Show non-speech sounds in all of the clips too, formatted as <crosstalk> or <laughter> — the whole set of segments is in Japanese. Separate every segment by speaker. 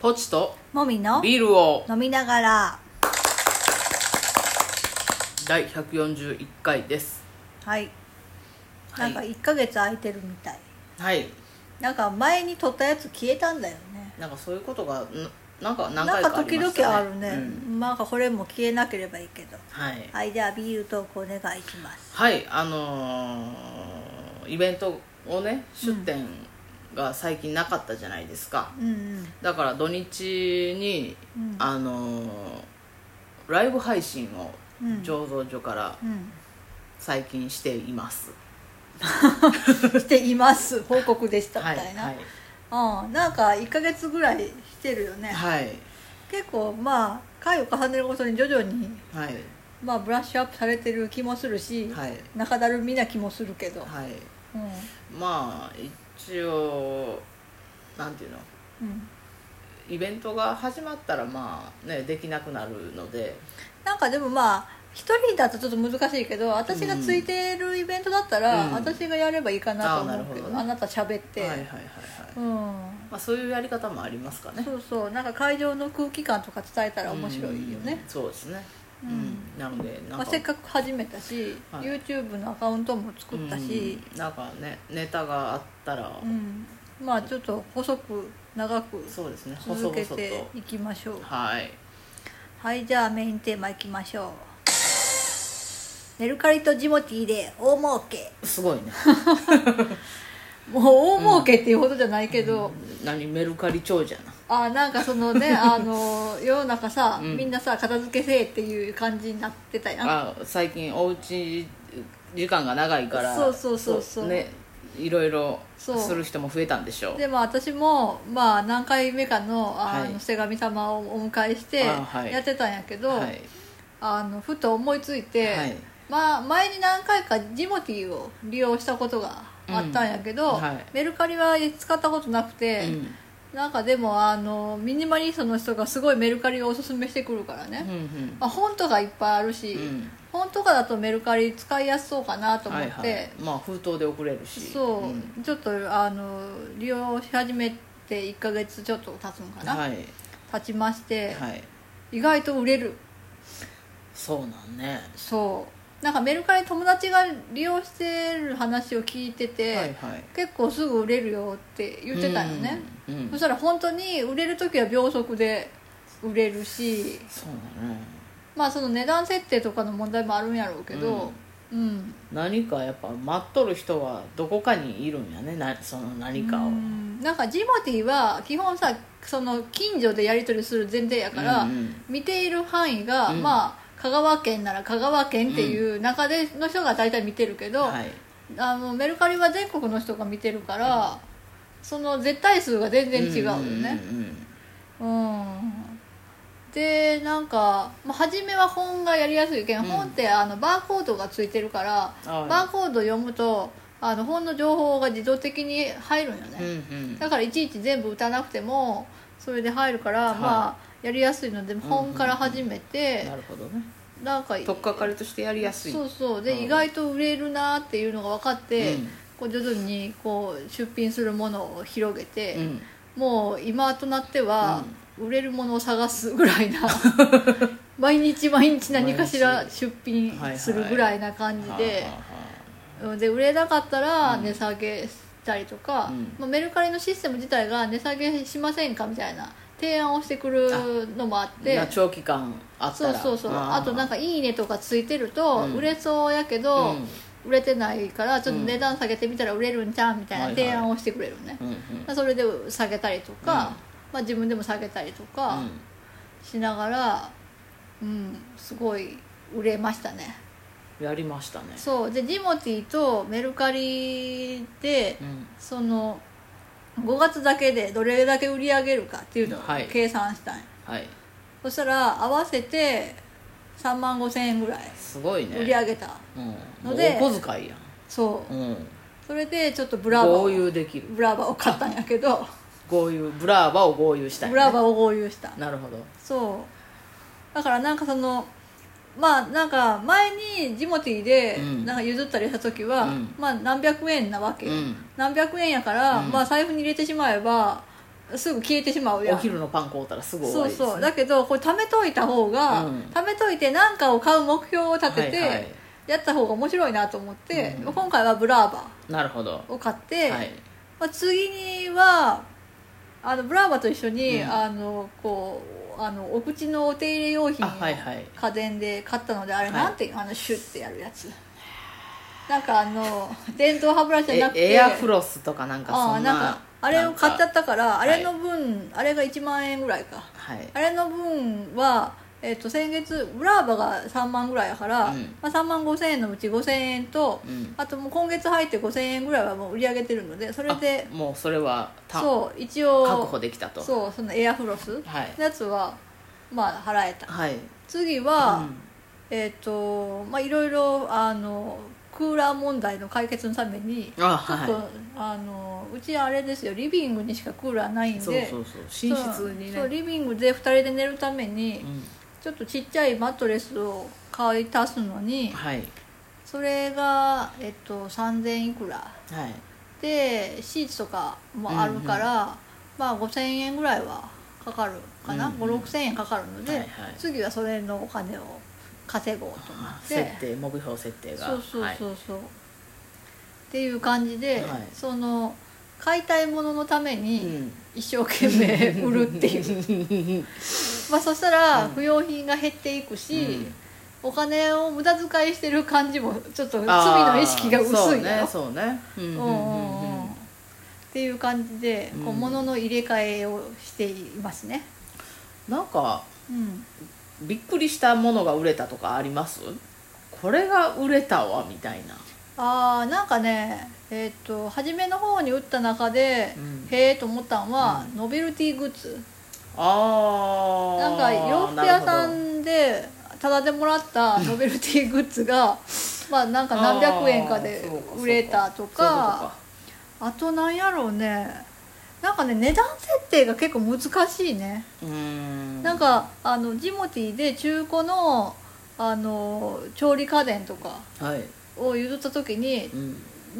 Speaker 1: ポチと
Speaker 2: もみの
Speaker 1: ビールを
Speaker 2: 飲みながら
Speaker 1: 第141回です
Speaker 2: はい
Speaker 1: は
Speaker 2: ないんか1ヶ月空いてるみたい
Speaker 1: はい
Speaker 2: なんか前に撮ったやつ消えたんだよね
Speaker 1: なんかそういうことがんなんか何
Speaker 2: な
Speaker 1: 回
Speaker 2: ん
Speaker 1: か
Speaker 2: か
Speaker 1: あり
Speaker 2: 時
Speaker 1: ま
Speaker 2: 々
Speaker 1: したね
Speaker 2: あるね
Speaker 1: うん
Speaker 2: なんかこれも消えなければいいけど
Speaker 1: はい
Speaker 2: はいじゃあビールトークお願いします
Speaker 1: はいあのーイベントをね出店が最近なかったじゃないですか、
Speaker 2: うんうん
Speaker 1: だから土日に、
Speaker 2: うん
Speaker 1: あのーライブ配信を
Speaker 2: うん
Speaker 1: 醸造所から
Speaker 2: う
Speaker 1: 最近しています、
Speaker 2: ん、していま
Speaker 1: <laughs>
Speaker 2: す報告でしたみ
Speaker 1: はい
Speaker 2: たいな、
Speaker 1: はい
Speaker 2: うん、なんか1ヶ月ぐらいしてるよね、
Speaker 1: はい
Speaker 2: 結構まあ回を重ねるごとに徐々に、
Speaker 1: はい
Speaker 2: まあ、ブラッシュアップされてる気もするし、
Speaker 1: はい
Speaker 2: 中だるみな気もするけど、
Speaker 1: はい
Speaker 2: うん
Speaker 1: まあ一応なんていうの
Speaker 2: うん、
Speaker 1: イベントが始まったらまあねできなくなるので
Speaker 2: なんかでもまあ一人だとちょっと難しいけど私がついてるイベントだったら、
Speaker 1: うん
Speaker 2: 私がやればいいかなと思うけど,、
Speaker 1: あなるほどね
Speaker 2: あなた喋って、
Speaker 1: はいはいはいはい、
Speaker 2: うん
Speaker 1: まあ、そういうやり方もありますかね
Speaker 2: そうそうなんか会場の空気感とか伝えたら面白いよね
Speaker 1: うん、そうですねう、
Speaker 2: うんん
Speaker 1: なのでなん
Speaker 2: まあ、
Speaker 1: か
Speaker 2: せっかく始めたし、
Speaker 1: はい
Speaker 2: YouTube のアカウントも作ったし、
Speaker 1: うんなんかねネタがあったら、
Speaker 2: うん、まあちょっと細く長く
Speaker 1: そうですね細
Speaker 2: 続
Speaker 1: 々
Speaker 2: け
Speaker 1: と
Speaker 2: ていきましょう
Speaker 1: はい
Speaker 2: はいじゃあメインテーマいきましょうメルカリとジモティーで大儲け
Speaker 1: すごいね
Speaker 2: もう大儲けっていうほどじゃないけど、
Speaker 1: 何メルカリ長者な
Speaker 2: あなんかそ
Speaker 1: <laughs>
Speaker 2: のねあの世の中さ、
Speaker 1: うん
Speaker 2: みんなさ片付けせえっていう感じになってたやん
Speaker 1: あ最近おうち時間が長いから
Speaker 2: そうそうそうそう
Speaker 1: ねいろいろ
Speaker 2: そう
Speaker 1: する人も増えたんでしょう
Speaker 2: でまあ私も、まあ、何回目かのあ
Speaker 1: はい
Speaker 2: の瀬神様をお迎えして
Speaker 1: あはい
Speaker 2: やってたんやけど、
Speaker 1: はい
Speaker 2: あのふと思いついて、
Speaker 1: はい
Speaker 2: まあ、前に何回かジモティーを利用したことがあったんやけど、
Speaker 1: うんはい
Speaker 2: メルカリは使ったことなくて、
Speaker 1: うん
Speaker 2: なんかでもあのミニマリストの人がすごいメルカリをおすすめしてくるからね、
Speaker 1: うんうん
Speaker 2: まあ、本とかいっぱいあるし、
Speaker 1: うん
Speaker 2: 本とかだとメルカリ使いやすそうかなと思っ
Speaker 1: は
Speaker 2: て、
Speaker 1: いはいまあ封筒で送れるし
Speaker 2: そう、
Speaker 1: ん
Speaker 2: ちょっとあの利用し始めて1ヶ月ちょっと経つのかな、
Speaker 1: はい
Speaker 2: 経ちまして、
Speaker 1: はい
Speaker 2: 意外と売れる
Speaker 1: そうなんね
Speaker 2: そうなんかメルカリ友達が利用してる話を聞いてて、
Speaker 1: はいはい
Speaker 2: 結構すぐ売れるよって言ってたよ
Speaker 1: う
Speaker 2: ね、
Speaker 1: んうん
Speaker 2: そしたら本当に売れる時は秒速で売れるし
Speaker 1: そうだね
Speaker 2: まあその値段設定とかの問題もあるんやろうけどうん、
Speaker 1: 何かやっぱ待っとる人はどこかにいるんやねなその何かを
Speaker 2: うんなんかジモティーは基本さその近所でやり取りする前提やから、
Speaker 1: うんうん
Speaker 2: 見ている範囲が、
Speaker 1: うん
Speaker 2: まあ香川県なら香川県っていう中での人が大体見てるけど、
Speaker 1: はい
Speaker 2: あのメルカリは全国の人が見てるから、その絶対数が全然違うよね
Speaker 1: うんうんうん
Speaker 2: うんでなんか、まあ、初めは本がやりやすいけん、
Speaker 1: うん
Speaker 2: 本ってあのバーコードがついてるから
Speaker 1: はい
Speaker 2: バーコード読むとあの本の情報が自動的に入るんよ
Speaker 1: うんう
Speaker 2: ね、
Speaker 1: ん
Speaker 2: だからいちいち全部打たなくてもそれで入るから、
Speaker 1: い
Speaker 2: まあやりやすいので本から始めて、
Speaker 1: なるほどね
Speaker 2: なんか
Speaker 1: 取っかかりとしてやりやすい
Speaker 2: そうそうで、
Speaker 1: うん
Speaker 2: 意外と売れるなっていうのが分かって、
Speaker 1: うん
Speaker 2: こう徐々にこう出品するものを広げて、
Speaker 1: うん
Speaker 2: もう今となっては、売れるものを探すぐらい
Speaker 1: <laughs>
Speaker 2: な毎日毎日何かしら出品するぐらいな感じ
Speaker 1: はあ
Speaker 2: で
Speaker 1: は
Speaker 2: うんで売れなかったら値下げしたりとか、
Speaker 1: うん
Speaker 2: まあ、メルカリのシステム自体が値下げしませんかみたいな提案をしてくるのもあっ
Speaker 1: あは
Speaker 2: て
Speaker 1: あ長期間あった
Speaker 2: そう
Speaker 1: ら
Speaker 2: そうそうあとなん
Speaker 1: か
Speaker 2: か「いいね」とかついてると
Speaker 1: うん
Speaker 2: 売れそうやけど、売れてないからちょっと値段下げてみたら売れるんちゃうみたいな
Speaker 1: はいはい
Speaker 2: 提案をしてくれるね、
Speaker 1: うんうん
Speaker 2: まあそれで下げたりとか、まあ、自分でも下げたりとか
Speaker 1: うん
Speaker 2: しながらうんすごい売れましたね
Speaker 1: やりましたね
Speaker 2: そうでジモティーとメルカリで
Speaker 1: うん
Speaker 2: その5月だけでどれだけ売り上げるかっていうのを
Speaker 1: はい
Speaker 2: 計算したんや、
Speaker 1: はい
Speaker 2: そしたら合わせて3万5千円ぐらい
Speaker 1: すごいね
Speaker 2: 売り上げた、
Speaker 1: うん、
Speaker 2: ので
Speaker 1: もうお小遣いやん、
Speaker 2: そう
Speaker 1: うん、
Speaker 2: それでちょっとブラバ
Speaker 1: 豪
Speaker 2: を
Speaker 1: 遊できる
Speaker 2: ブラバを買ったんやけ
Speaker 1: <laughs>
Speaker 2: ど
Speaker 1: 豪遊ブラーバを豪遊したい、ね、
Speaker 2: ブラバを合流した
Speaker 1: なるほど
Speaker 2: そうだからなんかそのまあなんか前にジモティーで
Speaker 1: うん
Speaker 2: なんか譲ったりした時は、
Speaker 1: うん
Speaker 2: まあ何百円なわけよ、
Speaker 1: うん
Speaker 2: 何百円やから、
Speaker 1: うん
Speaker 2: まあ財布に入れてしまえばすぐ消えてしまうや
Speaker 1: お
Speaker 2: ん
Speaker 1: 昼のパン買うたらすぐ終わ
Speaker 2: そう
Speaker 1: りですね
Speaker 2: そうだけどこれ貯めといた方が、
Speaker 1: うん
Speaker 2: 貯めといて何かを買う目標を立てて、
Speaker 1: はいはい
Speaker 2: やった方が面白いなと思って、
Speaker 1: うん
Speaker 2: 今回はブラーバ
Speaker 1: なるほど
Speaker 2: を買って、
Speaker 1: はい
Speaker 2: まあ、次にはあのブラーバと一緒に、
Speaker 1: うん
Speaker 2: あのこうあのお口のお手入れ用品
Speaker 1: あはいはい
Speaker 2: 家電で買ったのであれ
Speaker 1: はい
Speaker 2: なんて、あのシュッてやるやつなんかあの電動歯ブラシじゃなくて
Speaker 1: えエアフロスとかなんか
Speaker 2: あ
Speaker 1: そ
Speaker 2: あ
Speaker 1: ん
Speaker 2: な
Speaker 1: なん
Speaker 2: かあれを買っちゃ
Speaker 1: なん
Speaker 2: ったからあ
Speaker 1: い
Speaker 2: れの分、あれが1万円ぐらいか
Speaker 1: かはい
Speaker 2: あれの分は、えっと先月ブラーバが3万ぐらいやから、
Speaker 1: うん
Speaker 2: まあ、3万5千円のうち5千円と、
Speaker 1: うん
Speaker 2: あともう今月入って5千円ぐらいはもう売り上げてるのでそれで
Speaker 1: あもうそれはた
Speaker 2: そう一応
Speaker 1: 確保できたと
Speaker 2: そうそのエアフロス
Speaker 1: はい
Speaker 2: のやつはまあ払えた
Speaker 1: はい
Speaker 2: 次は、
Speaker 1: うん
Speaker 2: えっ、とまあいろいろあのクーラー問題の解決のために
Speaker 1: あ
Speaker 2: ちょっ
Speaker 1: はい
Speaker 2: と、あのうちあれですよリビングにしかクーラーないんで
Speaker 1: そうそうそう寝室にね
Speaker 2: そうリビングで2人で寝るために、
Speaker 1: う
Speaker 2: ちょっとちっちゃいマットレスを買い足すのに
Speaker 1: んはい
Speaker 2: それが、えっと、3000いくら
Speaker 1: はい
Speaker 2: でシーツとかもあるから、まあ5000円ぐらいはかかるかな、
Speaker 1: うん
Speaker 2: 5 6 0 0 0円かかるので、
Speaker 1: はいはい
Speaker 2: 次はそれのお金を稼ごうと思
Speaker 1: あ
Speaker 2: って
Speaker 1: 設定目標設定が
Speaker 2: そうそう
Speaker 1: はい
Speaker 2: そうそう、っていう感じ
Speaker 1: は
Speaker 2: で、
Speaker 1: い
Speaker 2: その買いたいもののため
Speaker 1: う
Speaker 2: に
Speaker 1: ん
Speaker 2: 一生懸命売るっていう、
Speaker 1: う
Speaker 2: まあそしたら
Speaker 1: うん
Speaker 2: 不要品が減っていくし、
Speaker 1: うん
Speaker 2: お金を無駄遣いしてる感じもちょっと
Speaker 1: <laughs>
Speaker 2: 罪
Speaker 1: あー
Speaker 2: の意識が薄
Speaker 1: そう
Speaker 2: いやろ
Speaker 1: ねそうねうんうんうん
Speaker 2: ううんうん
Speaker 1: んう
Speaker 2: っ
Speaker 1: ん
Speaker 2: ていう感じで、こ
Speaker 1: う
Speaker 2: うん物の入れ替えをしていますね。
Speaker 1: なんか
Speaker 2: うん、
Speaker 1: びっくりしたものが売れたとかありますこれが売れたわみたいな
Speaker 2: あーなんかねえっと初めの方に打った中で、
Speaker 1: うん
Speaker 2: へえと思ったのは、ノベルティグッズ
Speaker 1: あー
Speaker 2: なんか洋服屋さ
Speaker 1: なる
Speaker 2: んでただでもらったノベルティグッズ
Speaker 1: <laughs>
Speaker 2: がまあなんか何百円かで
Speaker 1: あーそうかそうか
Speaker 2: 売れた
Speaker 1: ほど
Speaker 2: と
Speaker 1: そういう
Speaker 2: かあとなんやろうねなんかね値段設定が結構難しいね、
Speaker 1: ことかうーん
Speaker 2: なんかあのジモティーで中古のあの調理家電とか
Speaker 1: はい、
Speaker 2: を譲った時に
Speaker 1: う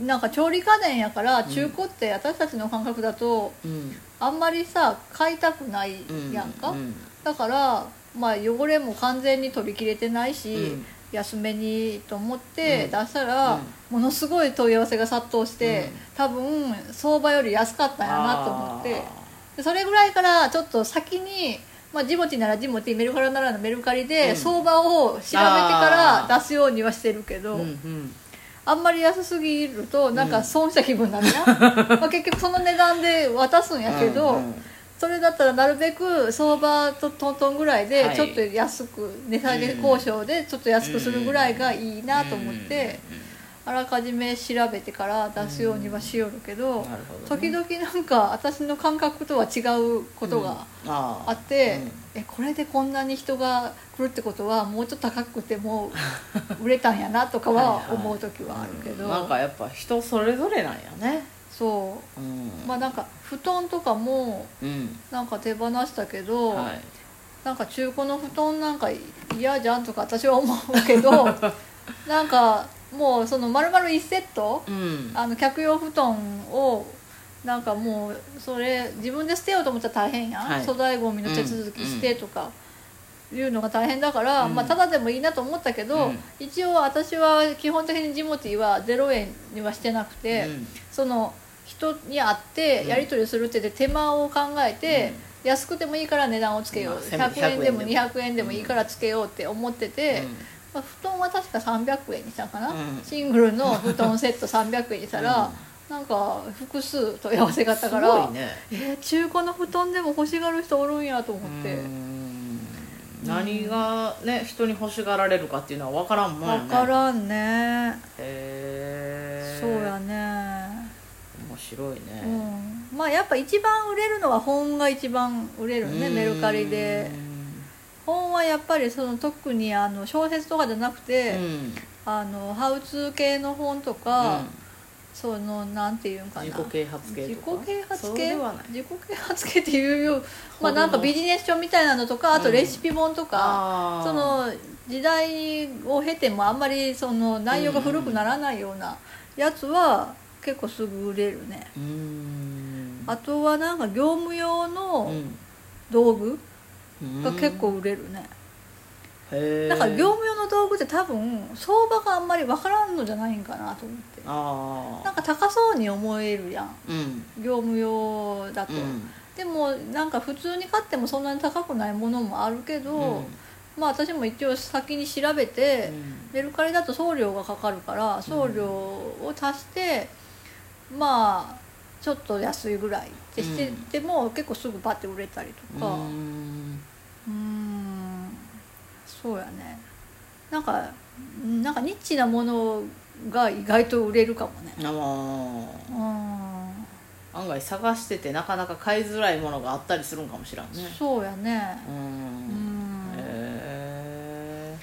Speaker 1: ん
Speaker 2: なんか調理家電やから中古って私たちの感覚だと
Speaker 1: うん、
Speaker 2: あんまりさ買いたくないやんか、
Speaker 1: うんうん
Speaker 2: だから、まあ、汚れも完全に取りきれてないし、
Speaker 1: うん
Speaker 2: 安めにと思って
Speaker 1: うん
Speaker 2: 出したら、
Speaker 1: うん
Speaker 2: ものすごい問い合わせが殺到して、
Speaker 1: うん
Speaker 2: 多分相場より安かったんやなと思ってでそれぐらいからちょっと先に、まあ、ジモティーならジモティーメルカリならメルカリで
Speaker 1: うん
Speaker 2: 相場を調べてか
Speaker 1: あ
Speaker 2: ら
Speaker 1: ー
Speaker 2: 出すようにはしてるけ
Speaker 1: あ
Speaker 2: ど、
Speaker 1: ーうんうん
Speaker 2: あんまり安すぎるとなんか損した気分になる
Speaker 1: <laughs>
Speaker 2: な、まあ結局その値段で渡すんやけど。
Speaker 1: うんうん
Speaker 2: それだったらなるべく相場とトントンぐらいで
Speaker 1: はい
Speaker 2: ちょっと安く、値下げ交渉でちょっと安くするぐらいがいいなと思って、あらかじめ調べてから出すようにはしよるけど、
Speaker 1: なるほどね
Speaker 2: 時々なんか私の感覚とは違うことが
Speaker 1: うんあー
Speaker 2: あって、えこれでこんなに人が来るってことはもうちょっと高くても
Speaker 1: <laughs>
Speaker 2: 売れたんやなとかは思う時はあるけど、
Speaker 1: うんなんかやっぱ人それぞれなんやね
Speaker 2: そ
Speaker 1: うん
Speaker 2: うまあなんか布団とかも
Speaker 1: うん
Speaker 2: なんか手放したけど。
Speaker 1: はい
Speaker 2: なんか中古の布団なんか嫌じゃんとか私は思うけど
Speaker 1: <laughs>
Speaker 2: なんかもうその丸々1セット
Speaker 1: うん
Speaker 2: あの客用布団をなんかもうそれ自分で捨てようと思ったら大変やん、
Speaker 1: はい
Speaker 2: 粗大ごみの手続きしてとか。いうのが大変だから、
Speaker 1: うん
Speaker 2: まあただでもいいなと思ったけど、
Speaker 1: うん
Speaker 2: 一応私は基本的にジモティーは0円にはしてなくて、
Speaker 1: うん
Speaker 2: その人に会ってやり取りするってで手間を考えて、安くてもいいから値段をつけよう、
Speaker 1: まあせめて
Speaker 2: 100円でも
Speaker 1: 100円
Speaker 2: 200円でもいいからつけようって思ってて、まあ、布団は確か300円にしたかな、
Speaker 1: うん
Speaker 2: シングルの布団セット300円にしたら、
Speaker 1: うん
Speaker 2: なんか複数問い合わせがあった
Speaker 1: す
Speaker 2: か
Speaker 1: ご
Speaker 2: ら、
Speaker 1: いね
Speaker 2: えー中古の布団でも欲しがる人おるんやと思って、
Speaker 1: うん何がね人に欲しがられるかっていうのは分からんもんやね
Speaker 2: 分からんね、
Speaker 1: へえ
Speaker 2: そうやね
Speaker 1: 面白いね、
Speaker 2: うん、まあやっぱ一番売れるのは本が一番売れるね
Speaker 1: うん
Speaker 2: メルカリで本はやっぱりその特にあの小説とかじゃなく
Speaker 1: う
Speaker 2: て、
Speaker 1: ん
Speaker 2: あのハウツー系の本とか、そのなんていうんかな
Speaker 1: 自己啓発系とか
Speaker 2: 自己啓発
Speaker 1: そう
Speaker 2: 系
Speaker 1: ではない
Speaker 2: 自己啓発系っていう
Speaker 1: <laughs>
Speaker 2: よ
Speaker 1: ほど
Speaker 2: まあ
Speaker 1: の
Speaker 2: なんかビジネス書みたいなのとかあと
Speaker 1: うん
Speaker 2: レシピ本とか、
Speaker 1: あー
Speaker 2: その時代を経てもあんまりその内容が古くならないようなやつは結構すぐ売れるね、
Speaker 1: うーん
Speaker 2: あとはなんか業務用
Speaker 1: う
Speaker 2: の
Speaker 1: ん
Speaker 2: 道具
Speaker 1: うん
Speaker 2: が結構売れるね、
Speaker 1: へえ
Speaker 2: だから業務用の道具って多分相場があんまり分からんのじゃないんかなと思って
Speaker 1: あ
Speaker 2: なん
Speaker 1: あ
Speaker 2: か高そうに思えるやん
Speaker 1: うん
Speaker 2: 業務用だと、
Speaker 1: うん
Speaker 2: でもなんか普通に買ってもそんなに高くないものもあるけど、
Speaker 1: うん
Speaker 2: まあ私も一応先に調べて、メルカリだと送料がかかるから送料を足して、まあちょっと安いぐらいってして
Speaker 1: うん
Speaker 2: ても、結構すぐバッて売れたりとか
Speaker 1: う
Speaker 2: うん
Speaker 1: ん
Speaker 2: ーんそうやねなんかうんなんかニッチなものが意外と売れるかもね
Speaker 1: あのー
Speaker 2: うん
Speaker 1: 案外探しててなかなか買いづらいものがあったりするんかもしれんね
Speaker 2: そうやね
Speaker 1: う
Speaker 2: うんん
Speaker 1: へ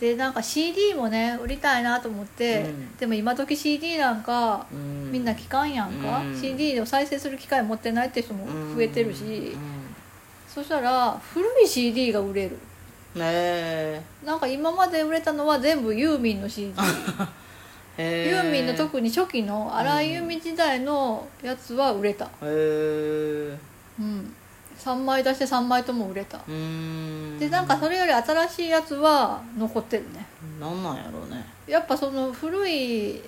Speaker 2: でなんか CD もね売りたいなと思って、
Speaker 1: うん
Speaker 2: でも今時 CD なんか
Speaker 1: えうん
Speaker 2: みんな聞かんやんか、
Speaker 1: うん
Speaker 2: CD を再生する機会持ってないって人も増えてるし、
Speaker 1: うん
Speaker 2: そしたら古い CD が売れる
Speaker 1: ねえ
Speaker 2: なんか今まで売れたのは全部ユーミンの CD
Speaker 1: へえ
Speaker 2: ユーミンの特に初期の荒井由実時代のやつは売れた、
Speaker 1: へえ
Speaker 2: うん、3枚出して3枚とも売れた
Speaker 1: うん
Speaker 2: でなんかそれより新しいやつは残ってるね
Speaker 1: なんなんやろうね
Speaker 2: やっぱその古いし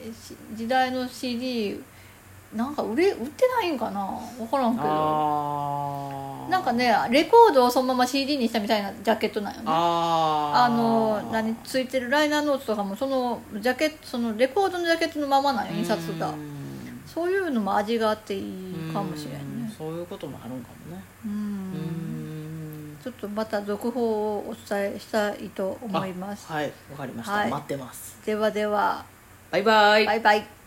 Speaker 2: 時代の CD なんか売れ売ってないんかな分からんけど
Speaker 1: ああ
Speaker 2: なんかねレコードをそのまま CD にしたみたいなジャケットなんよね
Speaker 1: ああ
Speaker 2: あの何ついてるライナーノーツとかもそのジャケットそのレコードのジャケットのままなんよ印刷が
Speaker 1: うん
Speaker 2: そういうのも味があっていいかもしれん
Speaker 1: うん
Speaker 2: ね
Speaker 1: そういうこともあるんかもね
Speaker 2: うん
Speaker 1: うん
Speaker 2: ちょっとまた続報をお伝えしたいと思います
Speaker 1: はいわかりました、
Speaker 2: はい
Speaker 1: 待ってます
Speaker 2: ではでは
Speaker 1: バイバイ
Speaker 2: バイバイ